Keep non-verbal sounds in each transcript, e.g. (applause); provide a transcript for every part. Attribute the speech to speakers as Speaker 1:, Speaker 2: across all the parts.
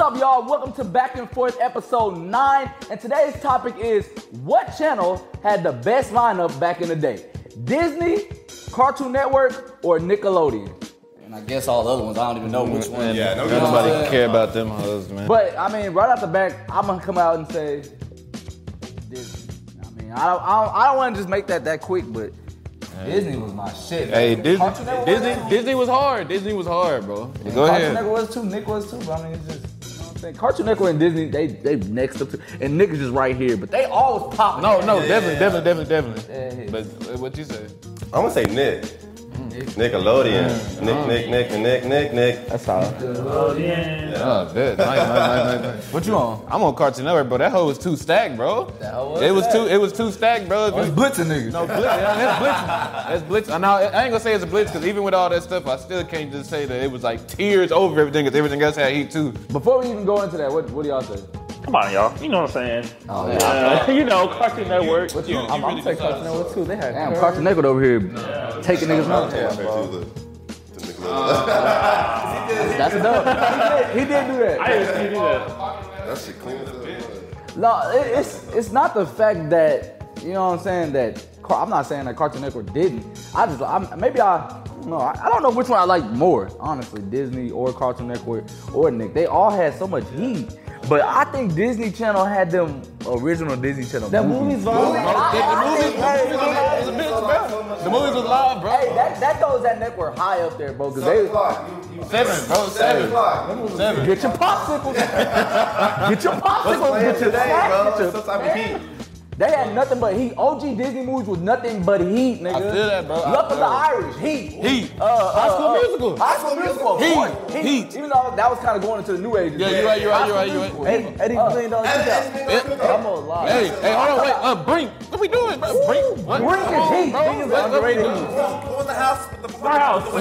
Speaker 1: up, y'all? Welcome to Back and Forth episode 9. And today's topic is what channel had the best lineup back in the day? Disney, Cartoon Network, or Nickelodeon?
Speaker 2: And I guess all the other ones, I don't even know which one.
Speaker 3: Yeah, no,
Speaker 2: Nobody
Speaker 3: no,
Speaker 4: care about them hoes, man.
Speaker 1: But I mean, right off the back, I'm gonna come out and say Disney. I mean, I don't, I don't, I don't want to just make that that quick, but
Speaker 2: Disney was my shit.
Speaker 4: hey, Disney,
Speaker 1: Cartoon Network was
Speaker 4: Disney,
Speaker 1: that?
Speaker 4: Disney was hard. Disney was hard, bro. Go
Speaker 1: Cartoon
Speaker 4: ahead.
Speaker 1: Network was too, Nick was too. But I mean, it's just. you know what I'm saying? Cartoon Network and Disney, they they next up to, and Nick is just right here, but they always popping.
Speaker 4: No, no, definitely, definitely, definitely, definitely. But uh, what you say?
Speaker 3: I'm gonna say Nick.
Speaker 4: Mm-hmm.
Speaker 3: Nickelodeon. Nick, Nick, Nick, and Nick, Nick, Nick.
Speaker 4: That's all. Oh, good. Nice, nice, nice, nice, nice.
Speaker 1: What you on?
Speaker 4: I'm on Cartoon Network, bro. That hoe was too stacked, bro.
Speaker 2: hoe was
Speaker 4: it was
Speaker 2: stacked.
Speaker 4: too. It was too stacked, bro. If
Speaker 1: It's
Speaker 4: it's-
Speaker 1: blitzing niggas.
Speaker 4: No, blitz. Yeah, that's blitzing. That's blitzing. And I, I ain't gonna say it's a blitz because even with all that stuff, I still can't just say that it was like tears over everything because everything else had heat too.
Speaker 1: Before we even go into that, what, what do y'all say?
Speaker 5: Come on, y'all. You know what I'm saying?
Speaker 2: Oh,
Speaker 5: Uh, (laughs) you know, Cartoon Network.
Speaker 4: What you? you
Speaker 1: I'm,
Speaker 4: really
Speaker 1: I'm taking
Speaker 4: decide.
Speaker 1: Cartoon Network too. They had Damn, Cartoon Network over here taking niggas' money.
Speaker 3: Yeah, bro.
Speaker 1: That's dope. he, did, he did do that.
Speaker 5: I didn't see you do that.
Speaker 3: (laughs) That shit clean as hell.
Speaker 1: No, it, it's it's not the fact that you know what I'm saying that Car- I'm not saying that Cartoon Network didn't. I just I'm, maybe I no I, I don't know which one I like more honestly Disney or Cartoon Network or Nick. They all had so much heat, but I think Disney Channel had them original Disney Channel. That movies,
Speaker 4: Bro, the, the movies, the movies was a bitch, bro. The movies was live, bro.
Speaker 1: Hey, that, that throws that network high up there, bro. Cause
Speaker 3: Seven
Speaker 1: they
Speaker 3: o'clock. You- you-
Speaker 4: Seven, bro. Seven.
Speaker 3: o'clock.
Speaker 4: Seven.
Speaker 1: get your
Speaker 3: (laughs)
Speaker 1: popsicles, get your
Speaker 3: What's
Speaker 1: popsicles,
Speaker 3: playing
Speaker 1: get your
Speaker 3: today,
Speaker 1: snack,
Speaker 3: bro?
Speaker 1: get your-
Speaker 3: Some type of heat.
Speaker 1: They had nothing but heat. OG Disney movies was nothing but heat, nigga.
Speaker 4: I feel that, bro. I
Speaker 1: Love of the
Speaker 4: feel
Speaker 1: Irish, heat.
Speaker 4: Heat.
Speaker 1: Uh, uh,
Speaker 4: High School
Speaker 1: uh,
Speaker 4: Musical.
Speaker 1: High School Musical. of
Speaker 4: Heat.
Speaker 1: course.
Speaker 4: Heat.
Speaker 1: Even though that was kind of going into the new age.
Speaker 4: Yeah, you're right, you're right, you're right, you're right.
Speaker 1: Hey, Eddie million dollar cookout. I'm gonna lie.
Speaker 4: Hey, hey, hold on, wait. Uh, Brink, what we doing, bro? Brink, what?
Speaker 1: Brink
Speaker 4: Come
Speaker 1: is
Speaker 4: on,
Speaker 1: heat.
Speaker 4: bro.
Speaker 1: Brink is
Speaker 4: What- what we
Speaker 1: underrated.
Speaker 4: doing?
Speaker 3: Who in the house with the
Speaker 5: Firehouse.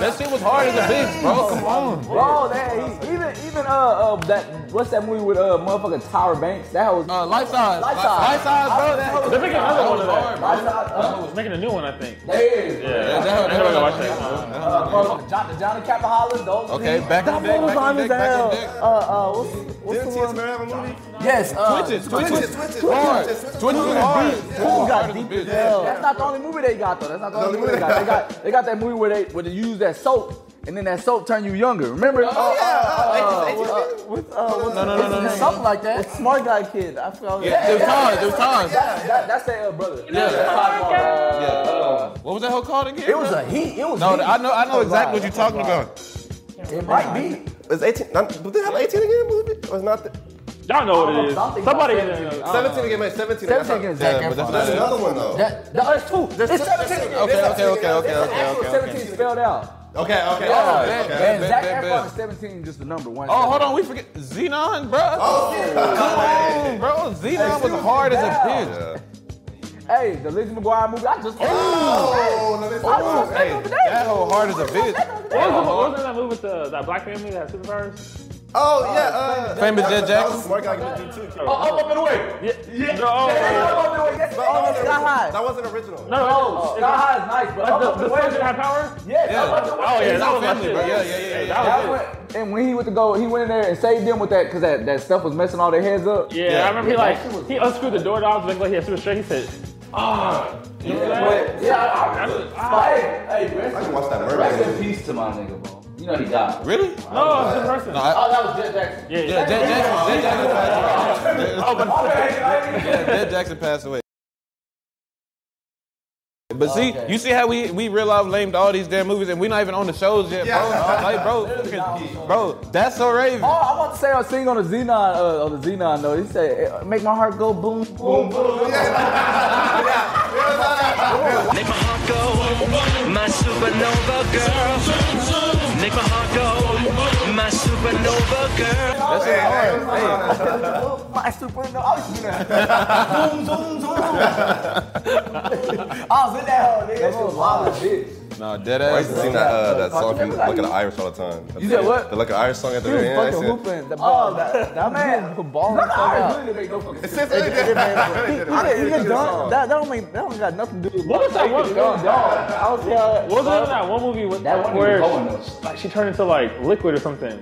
Speaker 4: That shit was hard as a bitch, bro. Come on.
Speaker 1: Bro, that heat. even even uh, uh that what's that movie with uh motherfucking Tyra Banks? That was
Speaker 4: Uh, life size.
Speaker 1: Life Size.
Speaker 4: Life size, bro. That
Speaker 5: They're making another one of that.
Speaker 4: hard, bro.
Speaker 1: uh,
Speaker 5: They're making a new one, I think.
Speaker 1: there.
Speaker 5: Yeah.
Speaker 4: that-
Speaker 5: I never watched that.
Speaker 1: Uh, motherfucking John, the Johnny Capahola, those.
Speaker 4: Okay,
Speaker 1: niggas.
Speaker 4: back in
Speaker 1: that
Speaker 4: the deck,
Speaker 1: one was
Speaker 4: back in
Speaker 1: on
Speaker 4: the
Speaker 1: his
Speaker 4: deck, back in the
Speaker 1: hell.
Speaker 4: deck.
Speaker 1: Uh, uh, what's, what's the one? Yes, uh,
Speaker 4: Twitches,
Speaker 3: Twitches,
Speaker 4: twitches.
Speaker 3: twitches,
Speaker 4: Hard.
Speaker 3: twitches,
Speaker 4: Twitches
Speaker 3: twitches.
Speaker 4: was hard. Twitches was
Speaker 1: got
Speaker 4: hard as a
Speaker 1: deep
Speaker 4: bitch.
Speaker 1: Yeah, That's not the only movie they got though. That's not the only movie they got. They got they got that movie where they where they use that soap and then that soap turn you younger. Remember? Oh yeah. With uh, with
Speaker 4: no, no, no, no.
Speaker 1: something like that. smart guy kid. I forgot. what it
Speaker 4: Yeah, It
Speaker 1: was.
Speaker 4: was hard. It was hard.
Speaker 1: That- that- that's that uh, brother. Yeah.
Speaker 4: What was that hoe called again?
Speaker 1: It was
Speaker 4: bro?
Speaker 1: a heat. It was.
Speaker 4: No,
Speaker 1: heat.
Speaker 4: I know, I know exactly what you're talking about.
Speaker 1: It might be.
Speaker 3: It's 18. I'm- Did they have 18 again, movie? Or it's not? the-
Speaker 5: Y'all know what it is.
Speaker 1: Something
Speaker 5: Somebody
Speaker 1: about
Speaker 5: in there.
Speaker 4: Uh,
Speaker 1: seventeen.
Speaker 5: knows.
Speaker 3: 17 again, man. 17 again.
Speaker 1: Seventeen against
Speaker 4: Yeah,
Speaker 1: Zac Efron.
Speaker 4: but that's not
Speaker 3: That's
Speaker 4: it.
Speaker 3: another one, though.
Speaker 1: That, that, that's two. it's 17 again.
Speaker 4: Okay, okay, okay, okay,
Speaker 1: It's
Speaker 4: okay,
Speaker 1: actual
Speaker 4: okay,
Speaker 1: 17
Speaker 4: okay.
Speaker 1: spelled out.
Speaker 3: Okay, okay.
Speaker 4: Oh,
Speaker 3: okay.
Speaker 4: bet, bet,
Speaker 1: And
Speaker 4: bet,
Speaker 1: Zach
Speaker 4: bet,
Speaker 1: Efron is
Speaker 4: bet.
Speaker 1: 17, just the number one.
Speaker 4: Oh, hold on, we forget Xenon, bro. Come on, bro. Xenon was hard as a bitch.
Speaker 1: Hey, the Lizzie McGuire movie. I just.
Speaker 3: Oh, let me
Speaker 1: I just said
Speaker 3: see.
Speaker 1: the
Speaker 4: Hey,
Speaker 1: other day.
Speaker 4: that hoe hard as a bitch.
Speaker 5: What was the- what was that movie with the, that black family that had superpowers?
Speaker 3: Oh, yeah. uh,
Speaker 4: Famous
Speaker 3: that-
Speaker 4: Jet
Speaker 3: that was
Speaker 4: Jackson.
Speaker 3: Smart guy can do two.
Speaker 1: up and away.
Speaker 5: Yeah. No.
Speaker 1: Yes,
Speaker 3: That
Speaker 1: oh,
Speaker 3: wasn't
Speaker 1: Sky High.
Speaker 3: original. That wasn't original.
Speaker 5: No.
Speaker 1: Oh, Sky High is nice, but
Speaker 5: The,
Speaker 1: up,
Speaker 5: the,
Speaker 1: up
Speaker 5: the
Speaker 1: and away.
Speaker 5: son didn't have power?
Speaker 1: Yes,
Speaker 4: Yeah.
Speaker 1: up, up and
Speaker 5: Oh,
Speaker 1: away.
Speaker 5: yeah,
Speaker 4: It's
Speaker 5: that
Speaker 4: our
Speaker 5: was my
Speaker 4: family,
Speaker 5: shit.
Speaker 4: bro. Yeah, yeah, yeah, yeah.
Speaker 5: That
Speaker 1: That
Speaker 5: was it.
Speaker 1: went, and when he went to go, he went in there and saved them with that, cause that, that stuff was messing all their heads up.
Speaker 5: Yeah, I remember he like, he unscrewed the door dogs, looked like he had super strength. He said, ah. You know what I'm saying?
Speaker 1: But yeah, I, hey, hey,
Speaker 3: I
Speaker 1: rest,
Speaker 3: can watch that
Speaker 1: rest
Speaker 3: murder.
Speaker 1: in peace to my nigga, bro. You know he died.
Speaker 4: Really?
Speaker 5: No, it's a person.
Speaker 4: No, I-
Speaker 1: Oh, that was Jet Jackson.
Speaker 5: yeah,
Speaker 4: Yeah,
Speaker 5: yeah.
Speaker 4: Jet Jackson. Jet Jackson passed
Speaker 5: Oh, but
Speaker 4: away. Yeah, Jet Jackson passed away. But see, you see how we we real life lamed all these damn movies, and we not even on the shows yet, bro. Like, bro, fucking- bro, that's so Raven.
Speaker 1: Oh, I want to say I was singing on the Xenon, uh, on the Xenon though. He said, eh, "Make my heart go boom, boom, boom."
Speaker 6: Make my heart go, my supernova girl. Make my heart go, my supernova girl.
Speaker 4: That's so hard. Hey,
Speaker 1: My supernova. I was doing that. zoom, zoom, zoom. I was in that hole, nigga. That shit was wild as bitch.
Speaker 4: No, dead
Speaker 3: I
Speaker 4: ass.
Speaker 3: used to sing that, uh, that song from
Speaker 1: Cartoon
Speaker 3: Look at the Irish all the time.
Speaker 1: You said what?
Speaker 3: The Look at the Irish song at the
Speaker 7: He was
Speaker 3: very end. I
Speaker 7: fucking
Speaker 3: said-
Speaker 7: hooping. The ball.
Speaker 1: Oh, that, that man.
Speaker 7: Who balling the fuck out.
Speaker 3: It's just- I did it. I did it.
Speaker 7: Even dunk, that, that don't make, that don't got nothing to do with
Speaker 5: What was that one?
Speaker 7: Dumb dog. I was here.
Speaker 5: Wasn't it in that one movie with
Speaker 1: That one
Speaker 5: where
Speaker 1: was going though.
Speaker 5: she- like she turned into like liquid or something?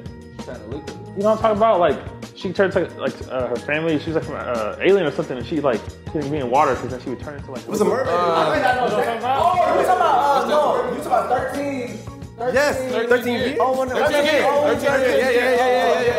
Speaker 5: You know what I'm talking about? Like she turned to like uh, her family. She was like from uh, alien or something, and she like couldn't be in water because then she would turn into like.
Speaker 3: It was a mermaid.
Speaker 1: Oh, you talking about? Uh, no, you talking about 13, 13
Speaker 3: Yes, 13 years.
Speaker 7: Oh, when, when,
Speaker 4: Yeah, yeah, yeah, yeah, yeah, yeah, yeah, yeah.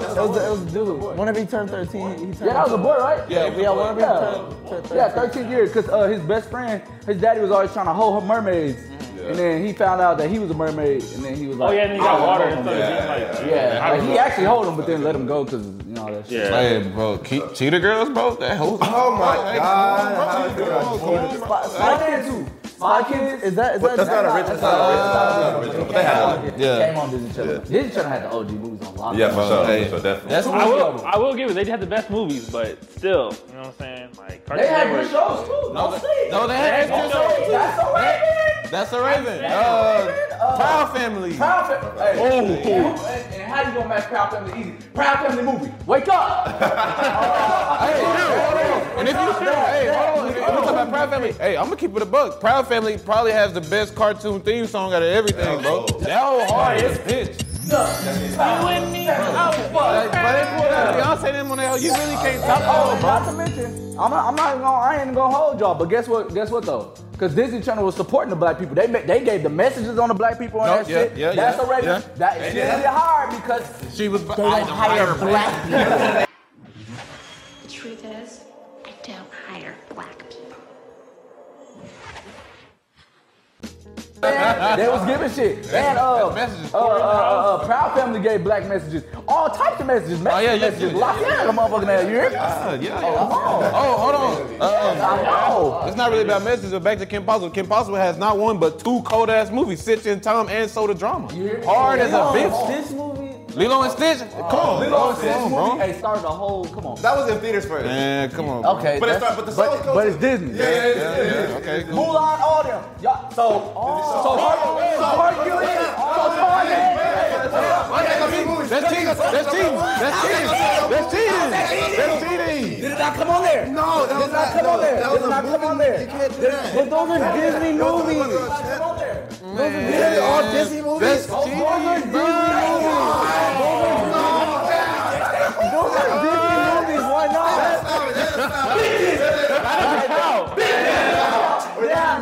Speaker 7: It was, it was a dude. Whenever he turned 13, he turned.
Speaker 1: Yeah, that was a boy, right?
Speaker 7: Yeah, yeah, whenever he
Speaker 1: Yeah.
Speaker 7: turned, turned 13.
Speaker 1: Yeah, 13 years, because uh, his best friend, his daddy was always trying to hold her mermaids. And then he found out that he was a mermaid, and then he was like,
Speaker 5: Oh yeah, and then you got water and stuff.
Speaker 3: Yeah,
Speaker 5: Yeah, like,
Speaker 1: Yeah, like,
Speaker 5: I
Speaker 1: he actually hold him, but then let him go, because, you know, that shit.
Speaker 5: yeah.
Speaker 4: Hey, bro, keep cheetah girls, bro. That whole
Speaker 3: Oh my god.
Speaker 7: Spy,
Speaker 1: My
Speaker 7: Spy
Speaker 1: kids,
Speaker 7: Kids?
Speaker 1: too. My kids.
Speaker 7: Is that, is that
Speaker 3: That's not original. That's not original. But they had it.
Speaker 4: Yeah.
Speaker 1: Came on Disney Channel. Disney Channel had the OG movies on lock.
Speaker 3: Yeah, for sure.
Speaker 4: Hey.
Speaker 3: For sure, definitely.
Speaker 4: That's
Speaker 5: I will. I will give it. They had the best movies, but still, you know what I'm saying? Like Cartoon
Speaker 1: They had good
Speaker 5: Network.
Speaker 1: shows, too. No,
Speaker 4: they-
Speaker 1: sleep.
Speaker 4: no, they had good shows, too.
Speaker 1: That's all right, man.
Speaker 4: That's a raven. Uh, Proud family.
Speaker 1: Proud Family. Hey. And, and how you gonna match Proud Family easy? Proud Family movie. Wake (laughs) up.
Speaker 4: Hey, hold on. And if you still, hey, hold on. If you talk about Proud Family, hey, I'm gonna keep it a buck. Proud Family probably has the best cartoon theme song out of everything, bro. That whole hard is pitch. Like, but they pulled out Beyonce and them on there. You really can't top all,
Speaker 1: Oh,
Speaker 4: bro.
Speaker 1: Not to mention, I'm not, I'm not even gonna, I ain't even gonna hold y'all. But guess what? Guess what though? Because Disney Channel was supporting the black people. They ma- they gave the messages on the black people and
Speaker 4: No,
Speaker 1: that
Speaker 4: yeah,
Speaker 1: shit.
Speaker 4: yeah,
Speaker 1: That's
Speaker 4: yeah,
Speaker 1: a raven.
Speaker 4: yeah.
Speaker 1: That shit
Speaker 3: yeah.
Speaker 1: hit hard because
Speaker 4: She was. They
Speaker 8: The truth is, I don't hire black people.
Speaker 1: man, they was giving
Speaker 4: (laughs)
Speaker 1: shit. And uh,
Speaker 4: that's messages
Speaker 1: uh, uh, uh, uh, Proud Family gave black messages, all types of messages, messages,
Speaker 4: Oh, yeah, yeah,
Speaker 1: messages.
Speaker 4: yeah,
Speaker 1: Lock in the motherfucking ass. You hear me?
Speaker 4: Yeah, yeah. Oh, hold on. Uh,
Speaker 1: I know.
Speaker 4: it's not really about messages, but back to Kim Possible. Kim Possible has not one but two cold ass movies, Stitch and Tom and Soda Drama. Hard as a bitch.
Speaker 7: This movie,
Speaker 4: Lilo and Stitch. Come on,
Speaker 3: Lilo and
Speaker 1: This
Speaker 3: Stitch.
Speaker 4: Come on,
Speaker 1: movie,
Speaker 4: bro.
Speaker 1: hey, started the whole. Come on.
Speaker 3: Oh, That was in theaters first.
Speaker 4: Man, come on. bro.
Speaker 1: Okay,
Speaker 3: But it
Speaker 1: that's-
Speaker 3: started, but the
Speaker 1: but,
Speaker 3: songs go
Speaker 1: but
Speaker 3: to-
Speaker 1: it's Disney.
Speaker 3: Yeah, yeah, yeah, yeah. yeah.
Speaker 4: Okay, cool.
Speaker 1: Mulan, all them. Y'all, so, so Hercules, so Hercules, so Tarzan.
Speaker 4: That's cheating. That's cheating. That's cheating. That's cheating. That's cheating.
Speaker 1: Did it not come on there?
Speaker 3: No, that was
Speaker 1: not come on there. Did not come on there.
Speaker 7: but those are Disney
Speaker 3: Oh
Speaker 7: movies.
Speaker 1: Come on there.
Speaker 7: Those are all Disney
Speaker 4: That's
Speaker 7: movies.
Speaker 4: cheating.
Speaker 7: Those are Disney movies. Why not? Yeah,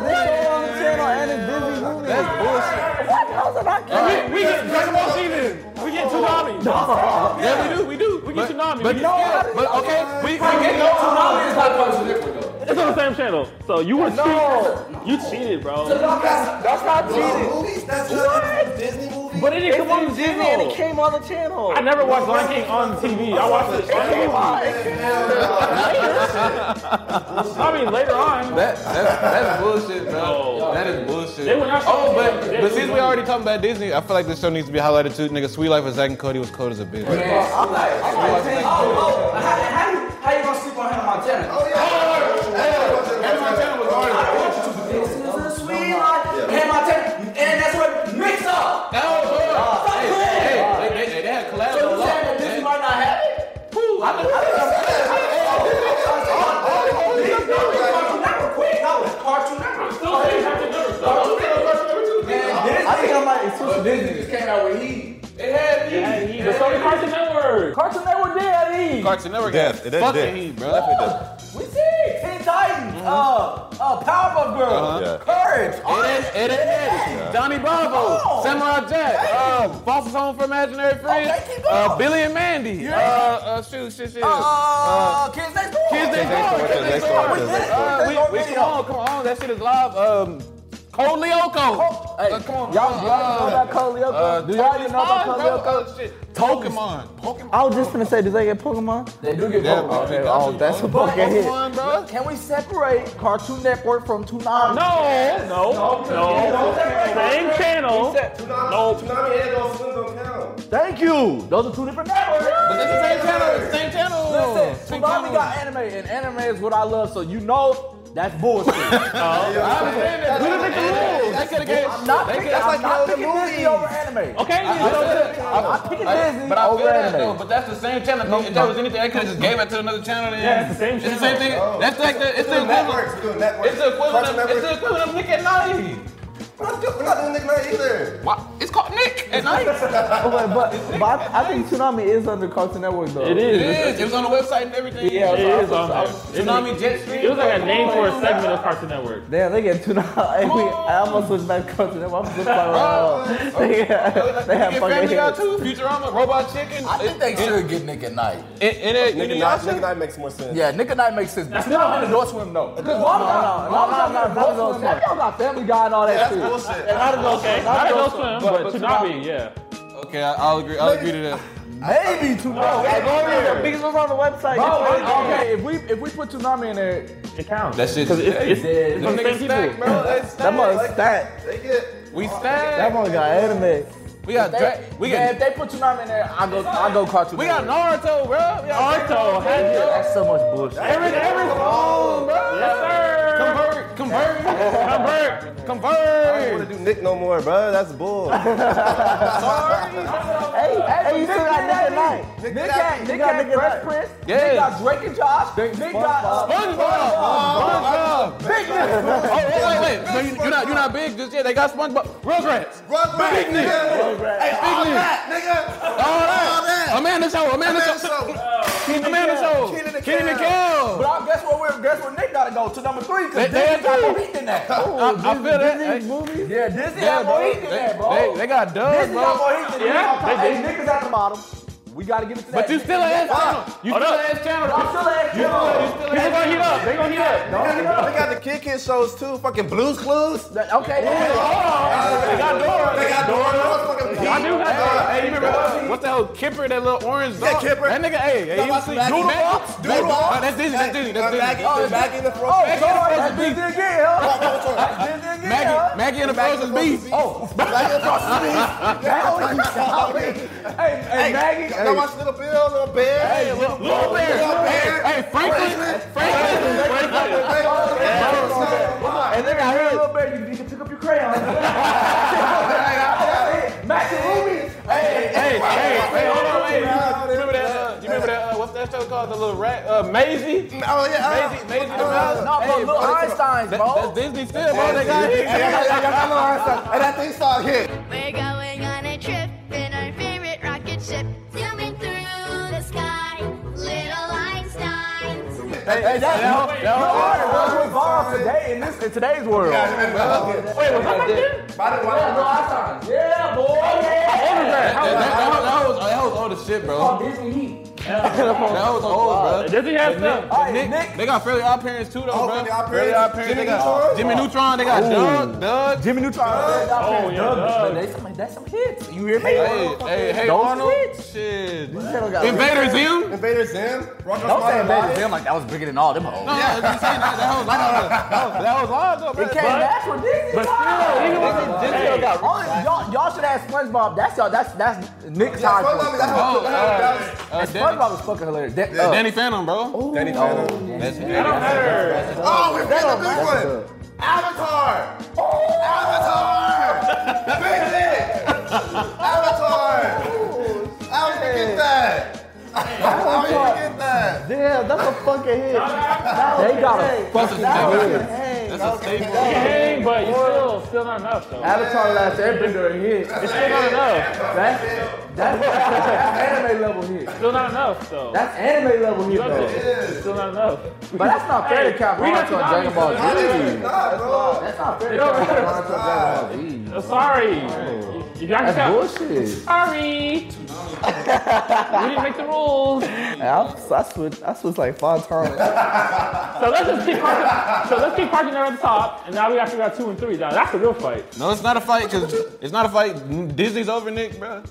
Speaker 7: this is on the channel and it's Disney movies.
Speaker 4: That's bullshit.
Speaker 7: What? How's it not good?
Speaker 5: We get Dragon Ball Z then. We get
Speaker 1: Oh. (laughs)
Speaker 5: Tsunami. Yeah, we do. We do. We get Tsunami.
Speaker 4: But
Speaker 5: we
Speaker 4: no,
Speaker 5: get,
Speaker 4: but okay, we we get
Speaker 1: Tsunami is not Cartoon Network, though.
Speaker 5: it's on the same channel. So you were cheating. You cheated, bro.
Speaker 7: That's not cheating.
Speaker 3: Movies? That's not Disney movies?
Speaker 5: But it didn't come
Speaker 7: It's
Speaker 5: on
Speaker 7: on
Speaker 5: the
Speaker 7: Disney and it
Speaker 5: channel.
Speaker 7: came on the channel.
Speaker 5: I never watched Lion King on TV. I watched it.
Speaker 7: It came on. It came
Speaker 5: I mean, later on.
Speaker 4: that, that's, that's bullshit, bro.
Speaker 5: No.
Speaker 4: That is bullshit.
Speaker 5: They were not
Speaker 4: oh,
Speaker 5: supposed
Speaker 4: but
Speaker 5: to be-
Speaker 4: but since we already talking about Disney, I feel like this show needs to be highlighted too. Nigga, Sweet Life of Zack and Cody was cold as a bitch.
Speaker 1: Oh, oh, how, how, you, how you gonna sleep on Hannah Montana? Oh, yeah. Hannah Montana, and that's what mix up.
Speaker 4: That was hard.
Speaker 1: Fuck it.
Speaker 4: Hey, they, they, they had collabs
Speaker 1: So
Speaker 4: a
Speaker 1: you
Speaker 4: lot.
Speaker 1: saying that Disney might not have it? I think- I think- Disney was Cartoon Network quick. That was Cartoon Network. Cartoon Network, Cartoon Network.
Speaker 7: I think I might. It's
Speaker 1: But Disney just came out with Eve.
Speaker 5: Yeah, he- But so did Cartoon Network.
Speaker 1: Cartoon Network did have Eve.
Speaker 4: Cartoon Network
Speaker 3: Yeah,
Speaker 4: had
Speaker 3: it did,
Speaker 4: fucking
Speaker 3: did.
Speaker 4: heat, bro.
Speaker 1: We see Teen Titans, uh, uh, Powerpuff Girls,
Speaker 3: Uh-huh.
Speaker 1: Courage. all
Speaker 4: It
Speaker 1: that
Speaker 4: is, it is, Johnny Bravo,
Speaker 1: Oh.
Speaker 4: Samurai Jack, uh, Foster's Home for Imaginary Friends,
Speaker 1: Okay, keep
Speaker 4: uh,
Speaker 1: going.
Speaker 4: Billy and Mandy, uh, uh, shoot, shit, shit.
Speaker 1: Uh, kids next door.
Speaker 4: Uh-huh. Kids Next Door, Kids Next
Speaker 3: Next
Speaker 4: Door.
Speaker 3: Door, Kids Next Door.
Speaker 4: Uh, we,
Speaker 1: Next Door
Speaker 4: we, come
Speaker 1: video.
Speaker 4: on, come on, that shit is live. Um, Cole Lyoko.
Speaker 1: Hey,
Speaker 4: Uh, come on,
Speaker 1: y'all,
Speaker 4: come on,
Speaker 1: y'all know
Speaker 4: uh,
Speaker 1: about Coleoco?
Speaker 4: uh,
Speaker 1: Do y'all even know about
Speaker 4: Pokemon, bro,
Speaker 1: Coleoco?
Speaker 4: uh, shit. Pokemon. Pokemon.
Speaker 7: I was just gonna say, did they get Pokemon?
Speaker 1: They do get
Speaker 4: Yeah,
Speaker 1: Pokemon.
Speaker 4: bro.
Speaker 7: Oh, that's a fucking hit.
Speaker 4: Pokemon, bro.
Speaker 1: Can we separate Cartoon Network from Toonami?
Speaker 5: No, no, no. Same channel.
Speaker 3: Tsunami and those swims don't count.
Speaker 1: Thank you. Those are two different networks.
Speaker 4: But it's the same channel, it's the same channel.
Speaker 1: Listen,
Speaker 4: Same
Speaker 1: Toonami
Speaker 4: channel.
Speaker 1: got anime, and anime is what I love. So you know That's
Speaker 4: (laughs)
Speaker 1: bullshit.
Speaker 4: Who did make the rules? They could have gave.
Speaker 1: I'm not
Speaker 4: they
Speaker 1: picking,
Speaker 4: coulda-
Speaker 1: I'm not picking Disney over anime.
Speaker 5: Okay,
Speaker 4: I
Speaker 5: you know,
Speaker 4: don't-
Speaker 1: I'm picking Disney
Speaker 4: But I feel
Speaker 1: over
Speaker 4: that
Speaker 1: anime.
Speaker 4: though. But that's the same channel. if there was anything, they could have just gave it to another channel. then-
Speaker 5: Yeah, it's the same
Speaker 4: It's the same
Speaker 5: channel.
Speaker 4: thing. That's like the. It's the
Speaker 3: Doing networks,
Speaker 4: equivalent.
Speaker 3: we're doing networks.
Speaker 4: It's the equivalent.
Speaker 3: Cartoon
Speaker 4: Of, it's
Speaker 3: networks.
Speaker 4: the equivalent of Nick at Night.
Speaker 3: We're not doing- we're not doing Nick Knight either.
Speaker 4: Why? It's called Nick
Speaker 3: (laughs)
Speaker 4: at Night.
Speaker 7: but but, but I, I think Tsunami is under Cartoon Network though.
Speaker 5: it
Speaker 4: It
Speaker 5: is.
Speaker 4: is. It was on the website and everything.
Speaker 7: Yeah,
Speaker 5: It is
Speaker 7: I was-
Speaker 5: on
Speaker 7: I
Speaker 5: there.
Speaker 7: was-
Speaker 5: It was-
Speaker 4: Tsunami Jet Stream. Oh,
Speaker 5: It was like a name for a segment of Cartoon Network.
Speaker 7: Damn, they get Tsunami. Hey, we,
Speaker 1: (laughs)
Speaker 7: I almost switched back to Cartoon Network. I'm just fucking around. They got- they
Speaker 4: Oh, They
Speaker 7: have
Speaker 4: get
Speaker 7: fucking
Speaker 4: Family Guy
Speaker 7: hits.
Speaker 4: too. Futurama, Robot Chicken.
Speaker 2: I think they should get Nick at Night.
Speaker 4: In, in it,
Speaker 3: Nick Knight, Nick
Speaker 4: Inuyasha.
Speaker 3: Knight makes more sense.
Speaker 2: Yeah, Nick at Night makes sense. But still, I'm endorsing him though.
Speaker 1: Why would I-
Speaker 7: no,
Speaker 1: why would I
Speaker 7: no, no,
Speaker 1: get
Speaker 7: no,
Speaker 1: Ghost
Speaker 7: no,
Speaker 1: Swim?
Speaker 7: no.
Speaker 1: That y'all got Family Guy and all that
Speaker 3: That's
Speaker 1: shit.
Speaker 3: bullshit.
Speaker 5: Okay, I didn't know Swim, but
Speaker 4: but
Speaker 5: Tsunami, yeah.
Speaker 4: Okay, I, I'll agree. I'll agree to that.
Speaker 1: Maybe two.
Speaker 7: Because it was on the website.
Speaker 1: Bro,
Speaker 7: It's on
Speaker 1: it-
Speaker 7: there.
Speaker 1: Oh, okay, if we if we put Tsunami in there,
Speaker 5: It counts.
Speaker 4: That shit's-
Speaker 5: because it's, it's,
Speaker 1: dead.
Speaker 5: it's from the same
Speaker 4: Stack,
Speaker 5: people.
Speaker 3: Bro, they
Speaker 7: That
Speaker 3: stacked,
Speaker 7: mother
Speaker 3: like,
Speaker 7: stat.
Speaker 3: They get.
Speaker 4: We
Speaker 7: That
Speaker 4: stacked.
Speaker 7: mother got anime.
Speaker 4: We got. Dra-
Speaker 1: they,
Speaker 4: we
Speaker 1: man,
Speaker 4: got.
Speaker 1: if they put Tsunami in there, I go I go cartoon.
Speaker 4: We got
Speaker 1: Network.
Speaker 4: Naruto, bro. We got
Speaker 5: Naruto, had you.
Speaker 1: That's so much bullshit. Oh,
Speaker 5: Every, every,
Speaker 3: Come on, bro.
Speaker 5: yes, sir.
Speaker 4: Convert, convert,
Speaker 5: Convert.
Speaker 3: I don't want
Speaker 4: convert.
Speaker 3: to do Nick no more, bro. That's bull.
Speaker 7: Hey, hey, you still got Nick at night.
Speaker 1: Nick
Speaker 3: Nick
Speaker 1: got
Speaker 3: Knight.
Speaker 1: Nick
Speaker 7: You got
Speaker 1: got
Speaker 7: Nick Knight.
Speaker 1: Fresh Prince. Nick
Speaker 4: Yes.
Speaker 1: got Drake and Josh. Nick got
Speaker 4: SpongeBob. SpongeBob.
Speaker 3: Big Nick.
Speaker 4: Oh, wait, wait, wait. No, you, you're not, you're not big just yet. They got SpongeBob. Rugrats.
Speaker 3: Big Nick. Hey, all
Speaker 4: Nick.
Speaker 3: that, nigga.
Speaker 4: All that.
Speaker 3: All that.
Speaker 4: Amanda Show. Amanda
Speaker 3: Man,
Speaker 4: Show.
Speaker 3: so-
Speaker 4: Amanda
Speaker 3: Kenan
Speaker 4: Show.
Speaker 3: and
Speaker 4: Kenny
Speaker 3: Kel.
Speaker 4: McKell.
Speaker 1: But I guess where we're guess where Nick gotta go to number three
Speaker 4: They-
Speaker 1: because
Speaker 4: they
Speaker 1: Disney got
Speaker 4: agree.
Speaker 1: more heat than that.
Speaker 4: I I feel that. Hey,
Speaker 1: Yeah, Disney
Speaker 4: Yeah,
Speaker 1: got more
Speaker 4: bro.
Speaker 1: heat than that, bro.
Speaker 4: They, they, they got dubs,
Speaker 1: Disney got
Speaker 4: bro.
Speaker 1: more heat than
Speaker 5: Yeah,
Speaker 1: that.
Speaker 5: they
Speaker 1: Hey, niggas at the bottom. We gotta give it to that.
Speaker 4: But you still an ass channel. You still an ass
Speaker 1: I'm
Speaker 4: channel.
Speaker 1: still at you.
Speaker 5: People gonna heat up. They gonna heat up.
Speaker 3: They got- they got the Kid Kid shows too. Fucking Blues Clues. They
Speaker 1: Okay.
Speaker 3: got Dora. They got Dora. Motherfucking Pete.
Speaker 5: I do have
Speaker 3: Dora.
Speaker 4: Hey, you remember what the hell Kipper, that little orange dog?
Speaker 3: Yeah, Kipper.
Speaker 4: That nigga, hey, hey, he was
Speaker 3: Back-
Speaker 4: Doodle
Speaker 3: back-
Speaker 4: Box?
Speaker 3: Doodle
Speaker 4: Back-
Speaker 3: Box.
Speaker 4: Oh, That's Disney,
Speaker 3: Hey,
Speaker 4: that's Disney, that's
Speaker 3: Back
Speaker 4: Disney.
Speaker 3: in- back in the front.
Speaker 1: Oh,
Speaker 3: Back in the
Speaker 1: Dora,
Speaker 3: front.
Speaker 1: that's Disney again, huh?
Speaker 4: Maggie, Maggie and the
Speaker 3: Back in
Speaker 4: Frozen
Speaker 3: the front.
Speaker 4: Beast.
Speaker 3: Oh, back in the front.
Speaker 1: Hey, hey, Maggie.
Speaker 3: Y'all watch Little Bill, Little Bear. Hey,
Speaker 4: Little Bear.
Speaker 3: Little Bear.
Speaker 4: Hey, Franklin. Franklin. Franklin.
Speaker 1: And then I heard a little bit, you, you can pick up your crayons. Max and Ruby.
Speaker 4: Hey, hey, hey, hold on, hey. You remember that, uh, you remember that, uh, what's that show called? The little rat, uh, Maisie?
Speaker 3: Oh, yeah.
Speaker 4: Maisie, Maisie the mouse?
Speaker 1: No, bro, Lil Einstein's,
Speaker 4: That-
Speaker 1: bro.
Speaker 4: That's Disney still, bro. They got
Speaker 3: Hey,
Speaker 4: hit.
Speaker 3: y'all- y'all got Little Einstein. Hey, that thing started hit.
Speaker 9: We're going on a trip in our favorite rocket ship, zooming through the sky, little Einsteins.
Speaker 1: Hey, that's
Speaker 4: That was- that was-
Speaker 1: We're borrowed today in this in today's world.
Speaker 3: Yeah, I remember that.
Speaker 5: Wait, was that there?
Speaker 3: Why did- why did-
Speaker 1: Yeah, boy.
Speaker 4: that- that was- that was- that was old as shit, bro.
Speaker 1: Disney Heat.
Speaker 4: That was old, bro.
Speaker 5: Does he have stuff?
Speaker 1: All right,
Speaker 4: Nick,
Speaker 1: Nick.
Speaker 4: they got Fairly Odd Parents too, though,
Speaker 3: Oh,
Speaker 4: bro.
Speaker 3: Fairly Odd
Speaker 4: Fairly
Speaker 3: Parents,
Speaker 4: Odd Parents.
Speaker 3: Jimmy
Speaker 4: they got
Speaker 3: Neutron?
Speaker 4: Jimmy Neutron. They got Doug. Doug.
Speaker 1: Jimmy Neutron.
Speaker 5: Oh, yeah, Doug.
Speaker 1: They some, that's some hits. You hear me?
Speaker 4: Hey, hey, hey,
Speaker 1: Don't
Speaker 4: Arnold.
Speaker 1: switch.
Speaker 4: Shit.
Speaker 7: Channel got
Speaker 4: Invader Zim?
Speaker 3: Invader Zim? Roger
Speaker 1: Don't say
Speaker 3: Spider
Speaker 1: that.
Speaker 3: Lion?
Speaker 1: Them like that was bigger than all them hoes.
Speaker 4: No, yeah. that, that was live. That was, that was live, though, bro.
Speaker 1: It came back for Disney.
Speaker 5: But still, even with the
Speaker 1: Y'all
Speaker 5: Disney,
Speaker 1: got- all- y'all, y'all should ask SpongeBob. That's y'all. That's that's Nick's
Speaker 3: Yeah,
Speaker 1: high.
Speaker 3: SpongeBob, that's
Speaker 4: Oh,
Speaker 3: what- that was-
Speaker 4: Uh, Danny,
Speaker 1: SpongeBob is fucking hilarious. That- uh,
Speaker 4: Danny Phantom, bro.
Speaker 3: Danny Phantom.
Speaker 4: That's
Speaker 5: I don't matter.
Speaker 3: Oh, we missed a big one. Avatar. Avatar. Big Nick. Avatar. How did we get that? How did we get that?
Speaker 7: Damn, that's a fucking hit.
Speaker 1: They got a fucking hilarious.
Speaker 7: Hey,
Speaker 4: That's a staple.
Speaker 5: Dang, but you still, still not enough, though.
Speaker 1: Avatar Last Airbender hit.
Speaker 5: It's still not enough.
Speaker 1: That's, that's, that's anime level hit.
Speaker 5: Still not enough, though.
Speaker 1: That's anime level hit
Speaker 5: You have
Speaker 1: though.
Speaker 5: to- It's still not enough.
Speaker 1: But that's not fair to Cap
Speaker 5: we
Speaker 1: Ron
Speaker 5: got
Speaker 1: to a Dragon
Speaker 5: Konami,
Speaker 1: Ball
Speaker 5: so it's
Speaker 1: Z.
Speaker 3: Nah, bro.
Speaker 1: That's not fair to
Speaker 5: don't
Speaker 1: Cap
Speaker 5: matter.
Speaker 1: Ron to a Dragon Ball Z.
Speaker 5: Uh, Sorry. You got
Speaker 1: Oh. That's
Speaker 5: cut.
Speaker 1: bullshit.
Speaker 5: Sorry. we didn't make the rules.
Speaker 7: I, I switched. I switched like five times.
Speaker 5: (laughs)
Speaker 1: (laughs)
Speaker 5: So let's just keep parking. So let's keep parking there at the top, and now we got to got two and three. Now that's a real fight.
Speaker 4: No, it's not a fight, because it's not a fight. Disney's over, Nick, bro.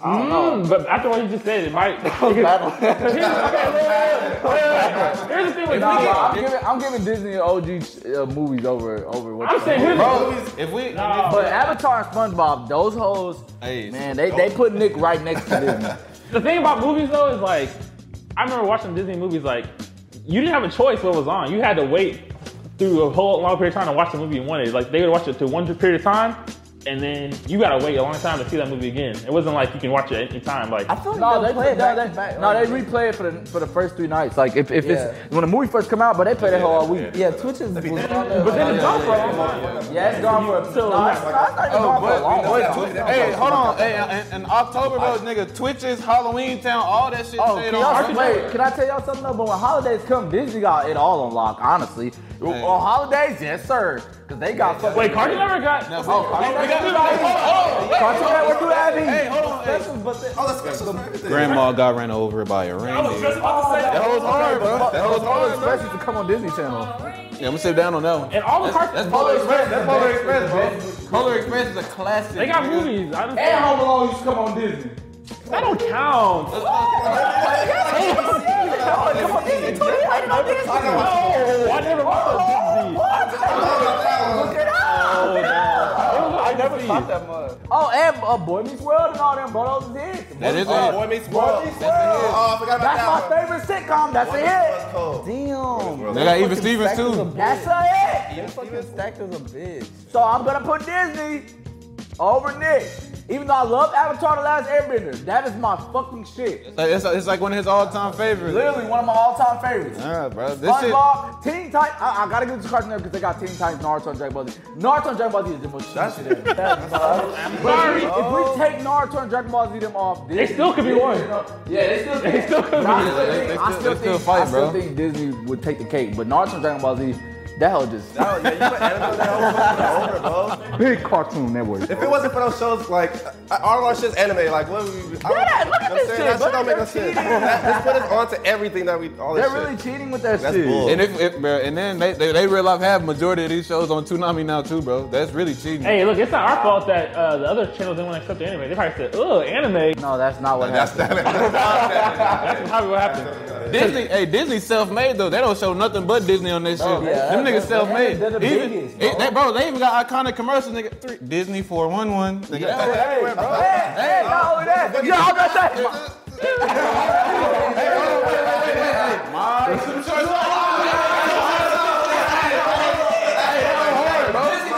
Speaker 5: Mm, but after what you just said, it might. Because, here's, okay, wait, wait, wait, wait, wait, wait. here's the thing with
Speaker 1: Nah,
Speaker 5: Nick.
Speaker 1: bro, I'm giving I'm giving Disney and OG uh, movies over over what.
Speaker 5: I'm saying here's the
Speaker 4: Bro, if we.
Speaker 1: But Avatar and SpongeBob, those hoes,
Speaker 4: Hey,
Speaker 1: man, they, they put Nick right next to Disney.
Speaker 5: the thing about movies though is like, I remember watching Disney movies like, you didn't have a choice what was on. You had to wait through a whole long period of time to watch the movie you wanted. Like they would watch it through one period of time, and then you gotta wait a long time to see that movie again. It wasn't like you can watch it at any time.
Speaker 10: (laughs)
Speaker 5: Like
Speaker 10: I feel like
Speaker 1: No,
Speaker 10: they
Speaker 1: they
Speaker 10: play it
Speaker 1: no,
Speaker 10: back
Speaker 1: they,
Speaker 10: to back.
Speaker 1: no,
Speaker 10: like-
Speaker 1: they replay it for the for the first three nights. Like if, if
Speaker 10: Yeah.
Speaker 1: it's when the movie first come out, but they play that whole week.
Speaker 10: Yeah, Twitch is. was-
Speaker 1: But then it's gone for a long Yeah, it's gone for a no, it's not, it's not even gone for a long
Speaker 11: Wait,
Speaker 1: while.
Speaker 11: Twitch- hey, hold on. Hey,
Speaker 4: uh,
Speaker 11: in, in October, bro, nigga, Twitches, Halloween Town, all that shit.
Speaker 1: Oh,
Speaker 11: stayed
Speaker 1: can
Speaker 11: on
Speaker 1: y'all,
Speaker 11: Arch-
Speaker 1: wait, can I tell y'all something though? But when holidays come, Disney got it all on lock, honestly. On holidays, yes, sir. Because they got fucking.
Speaker 5: wait, Cardi never got. No,
Speaker 1: we got Cartoon Network do that,
Speaker 11: Hey, hold on. Hey.
Speaker 3: Oh, that's special for everything.
Speaker 4: (laughs) Grandma got ran over by a reindeer.
Speaker 11: That was hard, bro. That was hard, bro.
Speaker 1: Especially to come on Disney Channel.
Speaker 4: Yeah, I'm gonna sit down on that one.
Speaker 5: and all the cartoons.
Speaker 11: That's Polar Express. That's Polar Express, bro. Polar Express is a classic.
Speaker 5: They got
Speaker 11: nigga.
Speaker 5: movies. I don't
Speaker 1: Home Alone used to come on Disney.
Speaker 5: that don't count.
Speaker 1: Come on Disney, Tony. I didn't know Disney.
Speaker 5: No, I never watched Disney.
Speaker 1: I never thought that much. Oh, and uh, Boy Meets World and all them, bro. Those was hits.
Speaker 4: That is
Speaker 1: Boy
Speaker 4: it.
Speaker 1: Meets Boy Meets World.
Speaker 3: Oh, I forgot about that
Speaker 1: That's
Speaker 3: one.
Speaker 1: my favorite sitcom. That's a hit.
Speaker 3: That's cold.
Speaker 10: Damn.
Speaker 4: They got even Stevens
Speaker 10: Stacked is a
Speaker 4: too.
Speaker 1: That's
Speaker 10: bitch.
Speaker 1: a hit.
Speaker 10: That Fucking stacked is a bitch.
Speaker 1: So I'm gonna put Disney over Nick. Even though I love Avatar: The Last Airbender, that is my fucking shit.
Speaker 4: Like, It's, it's like one of his all-time favorites.
Speaker 1: Literally one of my all-time favorites.
Speaker 4: Yeah, bro. This shit.
Speaker 1: SpongeBob, Teen Titans. I, I gotta give it to Cartoon Network because they got Teen Titans, Naruto, and Dragon Ball Z. Naruto and Dragon Ball Z is the most shit shit ever. But if we- If we take Naruto and Dragon Ball Z them off, Disney,
Speaker 5: still could be one.
Speaker 1: Yeah, they still. Could,
Speaker 5: They still could
Speaker 1: But I
Speaker 5: be.
Speaker 1: still think-
Speaker 4: they
Speaker 1: I
Speaker 4: still-
Speaker 1: still
Speaker 4: they still
Speaker 1: think.
Speaker 4: fight,
Speaker 1: I still
Speaker 4: bro.
Speaker 1: think Disney would take the cake, but Naruto and Dragon Ball Z, that hell just.
Speaker 3: Oh, yeah, you put Annabelle down over, bro.
Speaker 1: Big Cartoon Network.
Speaker 3: If it wasn't for those shows, like I- all of our shit's anime, like what would we?
Speaker 1: Yeah, look at this shit,
Speaker 3: That
Speaker 1: bro.
Speaker 3: shit don't make no sense. That- This put us onto everything that we all this
Speaker 1: They're
Speaker 3: shit.
Speaker 1: really cheating with that
Speaker 3: That's
Speaker 1: shit.
Speaker 3: bull.
Speaker 4: And if, if bro, and then they, they they real life have majority of these shows on Toonami now too, bro. That's really cheating.
Speaker 5: Hey, look, it's not our fault that uh, the other channels didn't want to accept the anime. They probably said, "Ugh, anime."
Speaker 1: No, that's not what
Speaker 3: That's
Speaker 1: happened.
Speaker 3: (laughs) that. That's that.
Speaker 5: That's probably what happened.
Speaker 4: Disney, hey, Disney self-made though. They don't show nothing but Disney on this shit.
Speaker 1: yeah, that's-
Speaker 4: Them niggas self-made.
Speaker 1: they're the
Speaker 4: even,
Speaker 1: biggest,
Speaker 4: it- they, bro, they even got iconic commercials. Nigga, three, Disney four one one. Nigga,
Speaker 1: Hey, bro. Hey, hey, not only that. Yeah, I'm not saying.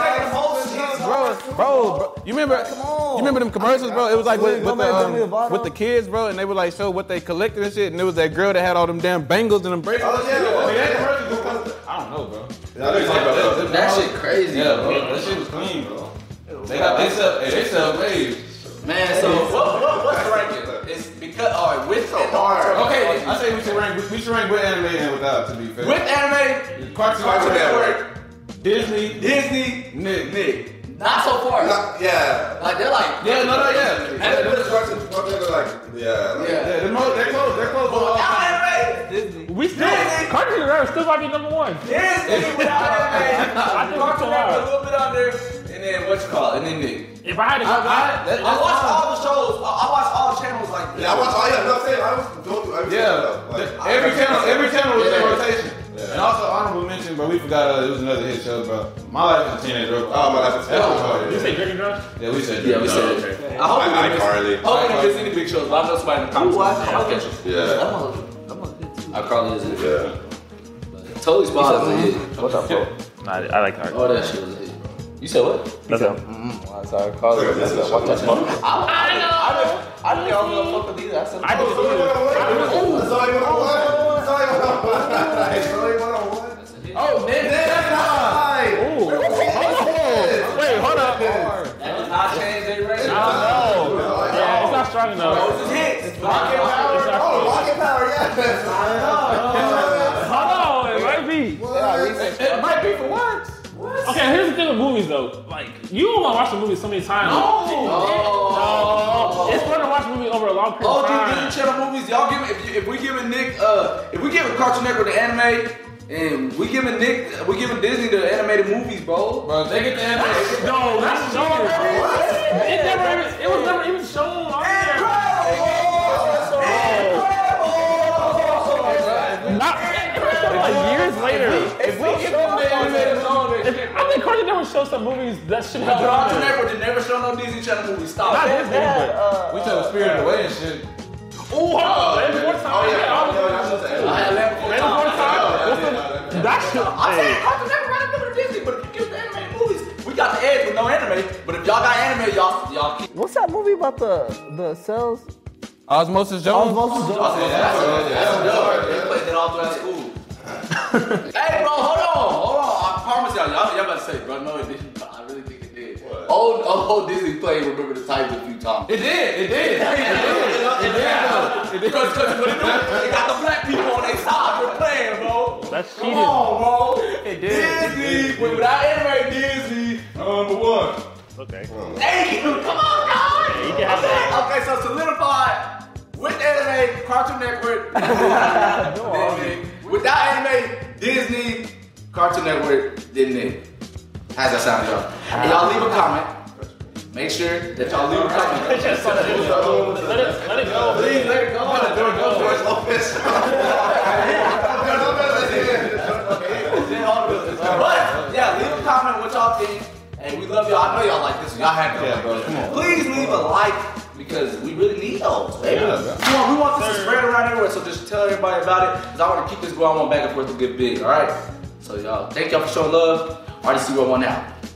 Speaker 4: bro, bro, bro, you remember? You remember them commercials, bro? It was like with, with the
Speaker 10: Remember Jimmy
Speaker 4: um,
Speaker 10: Lovato?
Speaker 4: with the kids, bro, and they would like show what they collected and shit. And it was that girl that had all them damn bangles and them bracelets.
Speaker 3: Oh, yeah, yeah.
Speaker 4: I don't know, bro.
Speaker 11: That, shit crazy. Yeah, bro.
Speaker 4: That shit was clean, bro. They got they sell hey, they sell waves.
Speaker 11: Man, so what, what, what's the ranking? It's because, all right, with so hard. Okay,
Speaker 4: I say we should rank we should rank with anime and without to be fair.
Speaker 11: with anime, Cartoon,
Speaker 3: Cartoon
Speaker 11: Network,
Speaker 3: Network,
Speaker 4: Disney,
Speaker 11: Disney, Nick, Nick. Not so far.
Speaker 3: Not- yeah.
Speaker 11: Like they're like yeah, no, no, yeah.
Speaker 3: They put us onto- onto, like, yeah, like-
Speaker 4: (laughs)
Speaker 11: Yeah, they're close. They're close. They're close. anime,
Speaker 5: We still, Cartoon Network still might be number one.
Speaker 4: (laughs)
Speaker 11: Disney without anime.
Speaker 5: I think
Speaker 11: Cartoon Network a
Speaker 5: tomorrow,
Speaker 11: little bit on there, and then what you call it, and then Nick.
Speaker 5: if I had to go back,
Speaker 11: I watch all the shows. I I watch all channels like
Speaker 3: Yeah, I watch all yeah, you know what I'm saying? I was doing every
Speaker 4: Yeah,
Speaker 3: channel, though. Like,
Speaker 4: every
Speaker 3: I-
Speaker 4: channel, every channel was in
Speaker 11: Yeah.
Speaker 4: rotation. And also honorable mention, bro. We forgot uh, it was another hit show, bro. My life is a teenage robot.
Speaker 3: Oh, my life is a Teenage Robot.
Speaker 5: you say Drinking Drunk?
Speaker 4: Yeah, we said.
Speaker 11: Yeah, we
Speaker 4: Drew.
Speaker 11: said
Speaker 4: Okay.
Speaker 11: it. I hope
Speaker 3: I-
Speaker 11: we
Speaker 3: I
Speaker 11: miss-
Speaker 3: Carly.
Speaker 11: I hope we miss any big shows, but I know somebody in the comments. I'll catch them.
Speaker 3: Yeah.
Speaker 11: I Carly is in it.
Speaker 3: Yeah.
Speaker 11: Totally spot is a hit.
Speaker 3: What's up, bro?
Speaker 5: Nah, I I like Cardi.
Speaker 11: All oh, that shit was a hit. You said what?
Speaker 5: That's it.
Speaker 11: I didn't know I was gonna fuck with these. I said,
Speaker 5: I just,
Speaker 11: oh, man,
Speaker 5: wait, hold up.
Speaker 11: I changed their rating.
Speaker 5: Yeah, it's not strong enough. It's not- Hold on, it might be.
Speaker 11: It might be for once.
Speaker 5: Okay, here's the thing with movies though. Like, you don't want to watch the movie so many times. No, it's fun to watch a movie over a long period
Speaker 11: All
Speaker 5: of
Speaker 11: these
Speaker 5: time.
Speaker 11: Disney Channel movies, y'all give if, you, if we giving Nick, uh, if we giving Cartoon Network the anime, and we giving Nick, we giving Disney the animated movies, bro. Bro, they get the anime.
Speaker 5: No, that's shown. It never even, it was never even shown on there. Not, it was shown like years later.
Speaker 11: If we give them the animated movies,
Speaker 5: If, I think Cartoon Network shows some movies that should have been on
Speaker 11: Cartoon
Speaker 5: there.
Speaker 11: Network did never show no Disney Channel movies. Stop.
Speaker 5: Not
Speaker 11: it.
Speaker 5: Disney, but.
Speaker 4: We took Spirit Away and shit.
Speaker 5: Ooh, hold on. There's more time. I had all the-
Speaker 11: I had left.
Speaker 5: There's more time. What's the- That should.
Speaker 11: I
Speaker 5: hey.
Speaker 11: said Cartoon Network.
Speaker 7: that movie about the the cells?
Speaker 4: Osmosis Jones.
Speaker 7: Osmosis Jones.
Speaker 11: played that all throughout school. (laughs) hey, bro, hold on, hold on. I promise y'all, y'all, y'all about to say, bro, no, it didn't. But I really think it did. Old, old Disney played Remember the Titans a few times. It did, it did, it did, it did. It did. Because what it do? It got the black people on their side. We're playing, bro.
Speaker 5: That's
Speaker 11: Come on, bro. It did. Disney, when- without anime, Disney, number one.
Speaker 5: Okay.
Speaker 11: Thank you. Come on, dog.
Speaker 5: you can have
Speaker 11: okay, okay, so solidified with anime, Cartoon Network, Disney. Without anime, Disney, Cartoon Network, Disney. How's that sound, y'all? And y'all leave a comment. Make sure that y'all leave a comment.
Speaker 5: Let it, let it go.
Speaker 11: Please let it go. George (laughs) Lopez. But yeah, leave a comment what y'all think. And we love y'all. I know y'all like this. one. Y'all have to like this. Please leave a like because we really need those. baby. Come on, we want this to spread around everywhere. So just tell everybody about it. Cause I want to keep this going. I want back and forth to get big. All right. So y'all, thank y'all for showing love. Already see where one out.